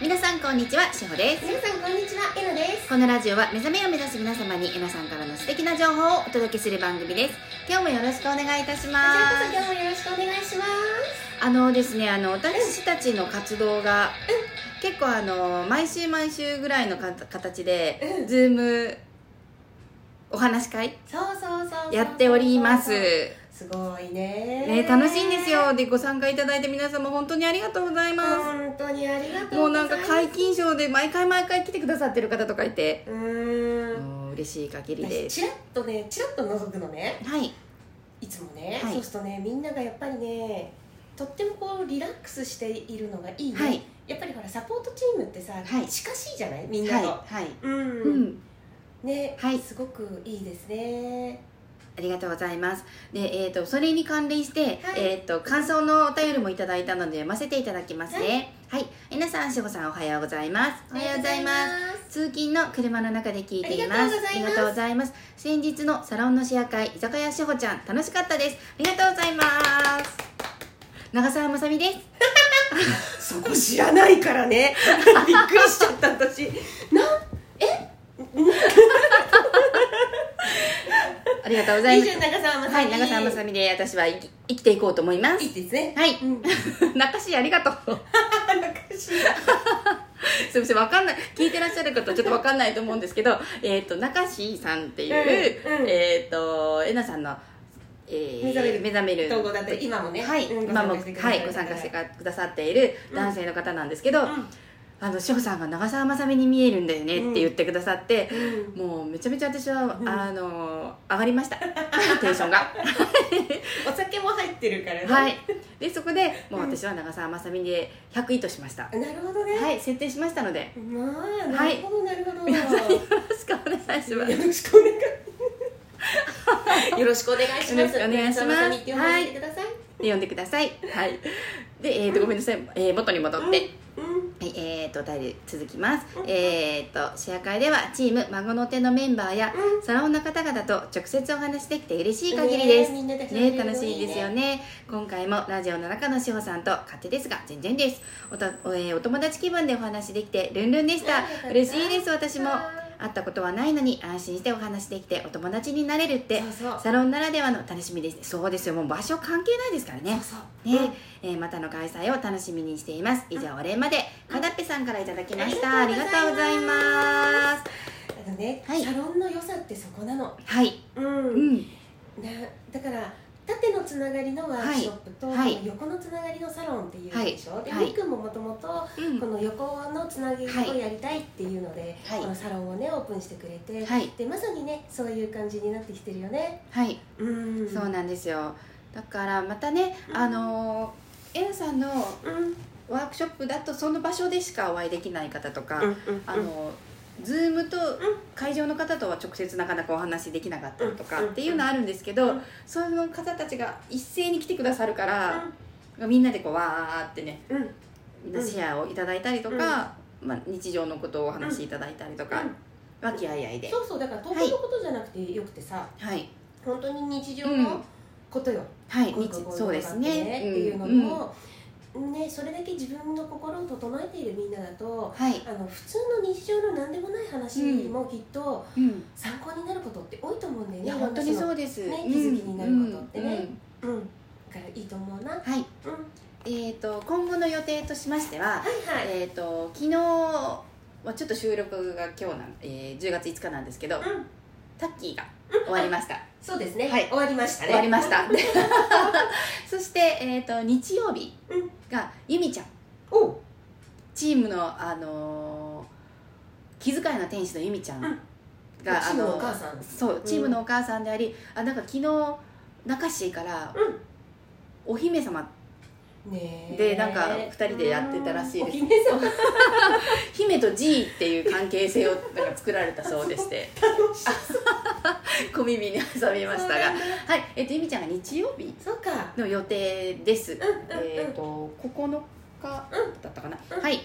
皆さんこんにちは、しほです。皆さんこんにちは、えのです。このラジオは目覚めを目指す皆様にえなさんからの素敵な情報をお届けする番組です。今日もよろしくお願いいたしまこちらす。こそ今日もよろしくお願いします。あのですね、あの私たちの活動が結構あの毎週毎週ぐらいのか形で、うんズームお話し会そうそうそうそうやっております。。すごいね。ね、楽しいんですよ。。で、ご参加いただいて皆様本当にありがとうございます。本当にありがとうもうごなざいんます。か解禁賞で毎回毎回来てくださってる方とかいて、うーん。もう嬉しい限り私です。チラッとね、チラッと覗くのね。はい。いつもね。はいそうするとね、みんながやっぱりね、とってもこうリラックスしているのがいいね。はい。やっぱりほらサポートチームってさ、はい近しいじゃないみんなはい。と。はい。うん。うん。ね、はいすごくいいですね。ありがとうございます。で、えっ、と、それに関連して、はいえっ、と、感想のお便りもいただいたので読ませていただきますね。はい。皆さん、しほさんおはようございます。おはようございます。す。通勤の車の中で聞いていますありがありがととううございます先日のサロンのシェア会居酒屋しほちゃん楽しかったですありがとうございます長澤まさみですそこ知らないからね びっくりしちゃった私なんありがとうござい以ます上長澤まはさみい長澤まさみで私は生き生きていこうと思いますいいですねはいうん 中志ありがとうすみませんわかんない聞いてらっしゃる方ちょっとわかんないと思うんですけどえっ、と中志さんっていう、うんうんえっ、とえなさんの、えー目覚める目覚める統合だって今もねはい、うん今もご参加してはくだいさるご参加してくださっている男性の方なんですけど、あの志保さんが長澤まさみに見えるんだよねって言ってくださって、うんもうめちゃめちゃ私は、んあの上がりました テンションがお酒も入ってるからねはいでそこでもう私は長澤まさみで100意図しました、なるほどねはい設定しましたのでまあなるほどなるほど皆さんよろしくお願いします よろしくお願いよろしくお願いしますよろしくお願いします長澤さみって呼んでみてくださいで呼んでくださいはいで、えー、とごめんなさい、えー元に戻って、うんはい、えー、とお便り続きますう。んえー、と、シェア会ではチーム孫の手のメンバーやうサロンの方々と直接お話しできて嬉しい限りです。ねみんなでね楽しいですよね。今回もラジオの中の志保さんと勝手ですが、全然です。おたおえーお友達気分でお話しできてルンルンでし。あよかったた嬉しいです、私も。あ会ったことはないのに安心してお話しできてお友達になれるってそうそうサロンならではの楽しみですねそうですよもう場所関係ないですからねそうそうねえーまたの開催を楽しみにしています以上お礼までかだっぺさんからいただきましたあありりががととううごござざいいまあのね、はいサロンの良さってそこなのすはいうんうんなだから縦のつながりのワークショップと、はいはい横のつながりのサロンっていうでしょ、ではいみっくんももともとうんこの横のつなぎはをいやりたいっていうので、はいこのサロンをねオープンしてくれて、はいでまさにねそういう感じになってきてるよねはいうんそうなんですよだからまたねうんあのー、エルさんのうんうんワークショップだとその場所でしかお会いできない方とか、うんあのズームと会場の方とは直接なかなかお話できなかったりとかうんっていうのはあるんですけうどんその方たちが一斉に来てくださるからみんなでこうわーってねうんみんなシェアをいただいたりとか、まあ、日常のことをお話しいただいたりとか、和気あいあいでそうそうだから東京のことじゃなくてよくてさ、はい本当に日常うんのことよ、はいこうい日うことそうですねっていうのうんうんも、ね、それだけ自分の心を整えているみんなだとはい、あの普通の日常の何でもない話もきっとうん、参考になることって多いと思うんだいよねや本当にそううです、ねうん気づきになることってねうんうんうんだからいいと思うなうんはいはえー、と今後の予定としましては、いはいえー、と昨日はちょっと収録が今日なん、えー、10月5日なんですけどうんタッキーが終わりました、そうですね、はい終わりましたね終わりました そして、えー、と日曜日うんがゆみちゃんおうチームの、あのー気遣いの天使のゆみちゃんが、うんチームのお母さんそうチームのお母さんであり、あなんか昨日中志からうお姫様んねえでなんか二人でやってたらしいですうんお姫様姫とじいっていう関係性をなんか作られたそうでして楽しい小耳に挟みましたがそうなんだはいえっとゆみちゃんが日曜日そうかの予定です、うんうんうんえっ、と9日だったかな、うんはい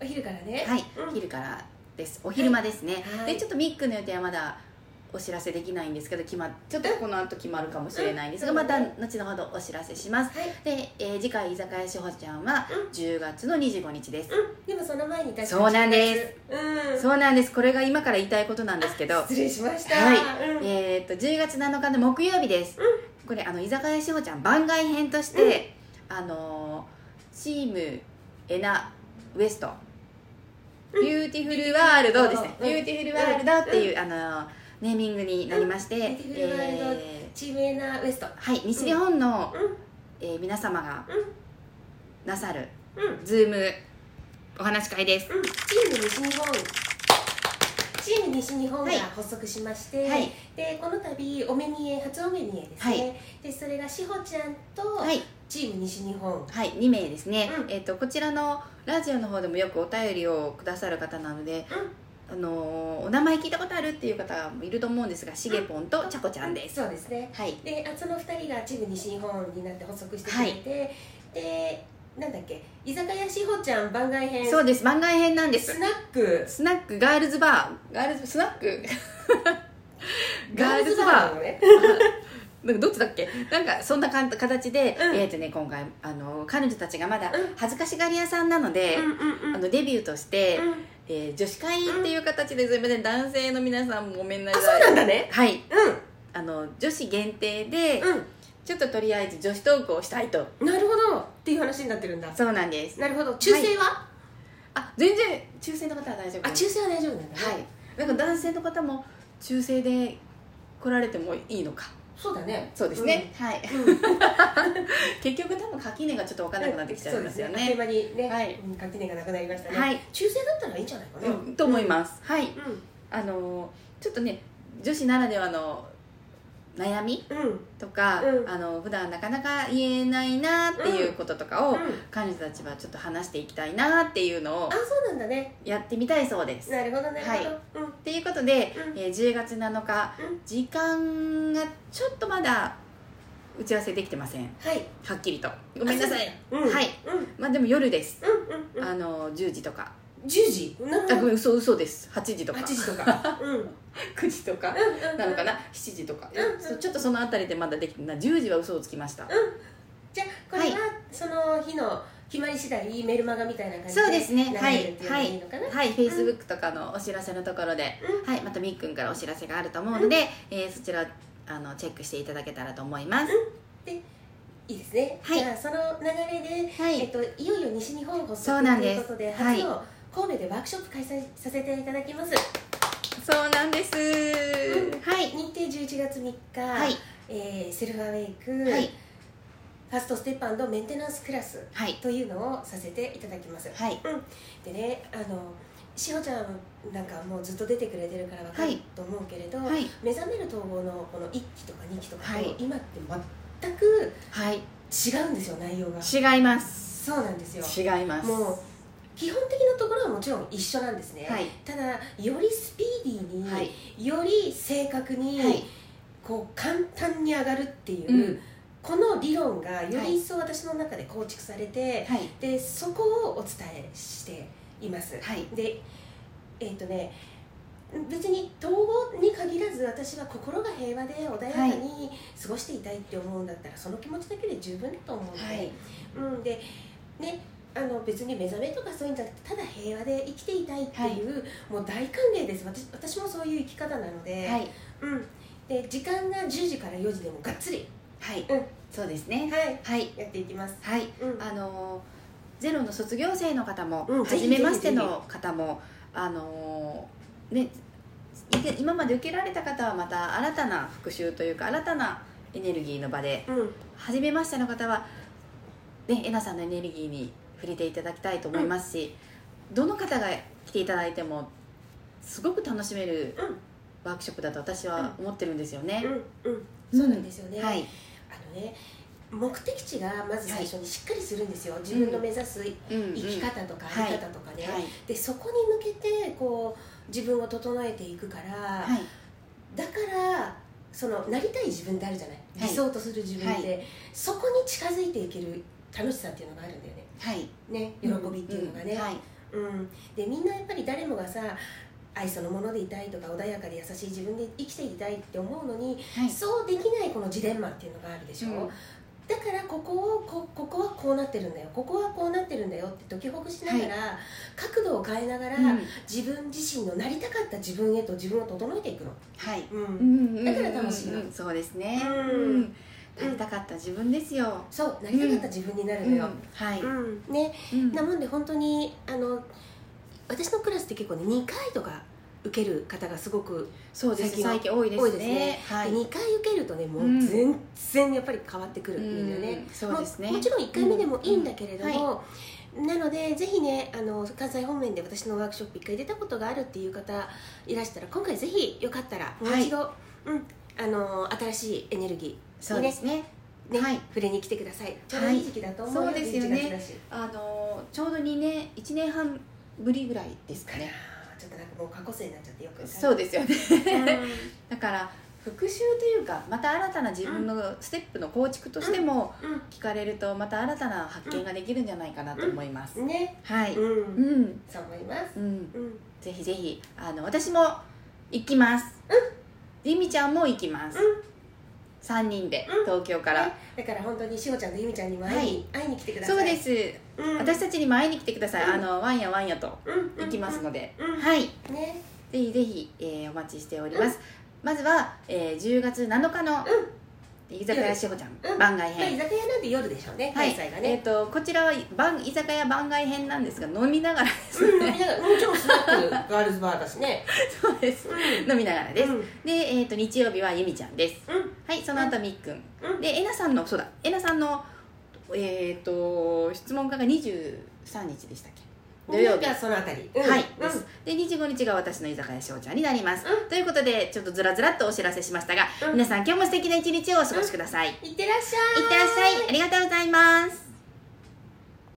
お昼からねはい、うん昼からですお昼間ですね、はいでちょっとミックの予定はまだお知らせできないんですけど決まっちょっとこの後決まるかもしれないんですがうんまた後ほどお知らせしますはいで、えー次回居酒屋しほちゃんはうん10月の25日ですうんでもその前に確かにそうなんですうんそうなんですこれが今から言いたいことなんですけど失礼しましたはい うんえーっと10月7日の木曜日です、これあの居酒屋しほちゃん番外編として、あのーチームエナウエスト、ビューティフルワールドですね、うんビューティフルワールドっていう、あのーネーミングになりまして、んビューティフルワールドえチームエナウエストーはい西日本の、うえー皆様がうんなさるんうんズームお話し会です、うん、チーム西日本チーム西日本がはい発足しまして、はいでこの度お目見え初お目見えですはね、いでそれが志保ちゃんとはいチーム西日本、はい、2名ですね、うんえっとこちらのラジオの方でもよくお便りをくださる方なので、あのーお名前聞いたことあるっていう方もいると思うんですがしげぽんとちゃこちゃんです、そうですねはいであその2人がチーム西日本になって発足してくれて、でなんだっけ居酒屋志保ちゃん番外編そうです番外編なんですスナックスナックガールズバーガールズスナックガールズバーのねなんかどっちだっけなんかそんなかん形で、うんえっ、とね今回あの彼女たちがまだうん恥ずかしがり屋さんなので、うんうんうんあのデビューとして、うんえー女子会っていう形で、すいません男性の皆さんもごめんなあさいそうなんだねはいうんあの女子限定で、うちょっととりあえず女子トークをしたいとんなるほどっていう話になってるんだそうなんですなるほど中性は、あ全然中性の方は大丈夫あ中性は大丈夫なんだねはいなんか男性の方も中性で来られてもいいのかそうだねそうですね、はいうん、うん 結局多分垣根がちょっと分からなくなってきちゃいますよそうですねあっという間にね、はいうん垣根がなくなりましたね、はい、中性だったらいいんじゃないかな、うんうんと思います、はいうんあのーちょっとね女子ならではの悩みうんうんとか、うんあの普段なかなか言えないなっていうこととかを、あ彼女たちはちょっと話していきたいなっていうのをそうなんだねやってみたいそうですなるほどなるほど、はいうんっていうことで、うんえー10月7日、うん時間がちょっとまだ打ち合わせできてませんはいはっきりとごめんなさい、あそうだうん、はいうんまあでも夜です、うんうんうんあの10時とか、 10時なるあごほめん嘘嘘です8時とどか8時と かうんうんうん9時とかうんなのかな7時とか、うんそうちょっとそのあたりでまだできてない10時は嘘をつきました、じゃあこれはその日の決まり次第メルマガみたいな感じでそうですね流れるっていうのがはいいいのかな、はい、フェイスブックとかのお知らせのところで、うはい、またみっくんからお知らせがあると思うので、えーそちらあのチェックしていただけたらと思います、いいですね、はいじゃあその流れではえいっと、いよいよ西日本放送そうとなんでいすうことではい初の神戸でワークショップ開催させていただきます、そうなんです、うはい日程11月3日、はいえーセルフアウェイク、はいファストステップメンテナンスクラスはいというのをさせていただきますはいでねあのしほちゃんなんかもうずっと出てくれてるからわかはるいと思うけれど、はい目覚める統合のこの1期とか2期とかとはい今って全くはい違うんですよ内容が違いますそうなんですよ違いますもう基本的なところはもちろん一緒なんですね、はいただよりスピーディーに、はいより正確に、はいこう簡単に上がるっていう、うんこの理論がより一層私の中で構築されて、はいでそこをお伝えしています、はいでえっ、とね別に統合に限らず私は心が平和で穏やかに過ごしていたいって思うんだったら、その気持ちだけで十分だと思うので、はいうん、でねあの別に目覚めとかそういうんじゃなくてただ平和で生きていたいっていう、もう大歓迎です私私もそういう生き方なので,、はいうん、で時間が10時から4時でもがっつり、はいうんそうですねはい、はいやっていきます、はいうんあのーゼロの卒業生の方も、うんぜ初ひめましての方もあのーねいて今まで受けられた方はまた新たな復習というか新たなエネルギーの場でうん初めましての方はねえなさんのエネルギーに触れていただきたいと思いますし、どの方が来ていただいてもすごく楽しめるうんワークショップだと私は思ってるんですよね。うんうんうんそうなんですよね、はい、あのね目的地がまず最初にしっかりするんですよ、自分の目指すうんうん生き方とかうん在り方とかね、はいでそこに向けてこう自分を整えていくから、はいだからそのなりたい自分ってあるじゃない、はい理想とする自分で、はそこに近づいていける楽しさっていうのがあるんだよねはいね喜びっていうのがね、うんはいでみんなやっぱり誰もがさ愛そのものでいたいとか穏やかで優しい自分で生きていたいって思うのに、はいそうできないこのジレンマっていうのがあるでしょ、うんだからここをこここはこうなってるんだよここはこうなってるんだよって解きほぐしながら、角度を変えながら、うん自分自身のなりたかった自分へと自分を整えていくの、はいうんだだから楽しいのそうですねうんうんなりたかった自分ですよそうなりたかった自分になるのよ、はいうんねうんなもんで本当にあの私のクラスって結構ね2回とか受ける方がすごく、そうです最最近近多いで多いすですねねはい2回受けるとねもううん全然やっぱり変わってくる、みんなねうんそうですねももちろん1回目でもいいんだけれどうんも、なのでぜひねあの関西方面で私のワークショップ1回出たことがあるっていう方いらしたら今回ぜひよかったらもう一度、うん、あの新しいエネルギそうですねー、ねはい触れに来てくださいちょうどいい時期だと思うよ、そうですよね11月だしあのちょうど2年1年半ぶりぐらいですかねあーちょっとなんかもう過去生になっちゃってよくわかんないそうですよねうんだから復習というかまた新たな自分のステップの構築としても聞かれるとまた新たな発見ができるんじゃないかなと思いますうん、ね、はいうんうんそう思いまう。すんうん、ぜひぜひあの私も行きますりみちゃんも行きますうん3人でうん東京からねだから本当にしほちゃんとゆみちゃんにも会いに、会いに来てください。そうで。すうん、私たちにも会いに来てくださいうんあのワンやワンやとうん、行きますので。でうん、はいい。ね、ぜひぜひ、えーお待ちしております。まずは、えー10月7日の、居酒屋しほちゃん、うん番外まあ居編。酒屋なんて夜でしょうね。はい開催がえっ、ね。と、こちらは番居酒屋番外編なんですが、飲みながらですうん、ね。だからもちろんスナックガールズバーだしね。そうです。飲みながらです。うん、で、えっ、と、日曜日はゆみちゃんです。うん、はい、その後みっくん。うんで、えなさんの、そうだ、えなさんの、えっ、と、質問家が23日でしたっけ土曜日じゃあそのあたり。うんはい、うでんすで25日が私の居酒屋しおちゃんになります、うということでちょっとずらずらっとお知らせしましたが、うん皆さん今日も素敵な一日をお過ごしください、いっいってらっしゃい。てらっしゃいありがとうございます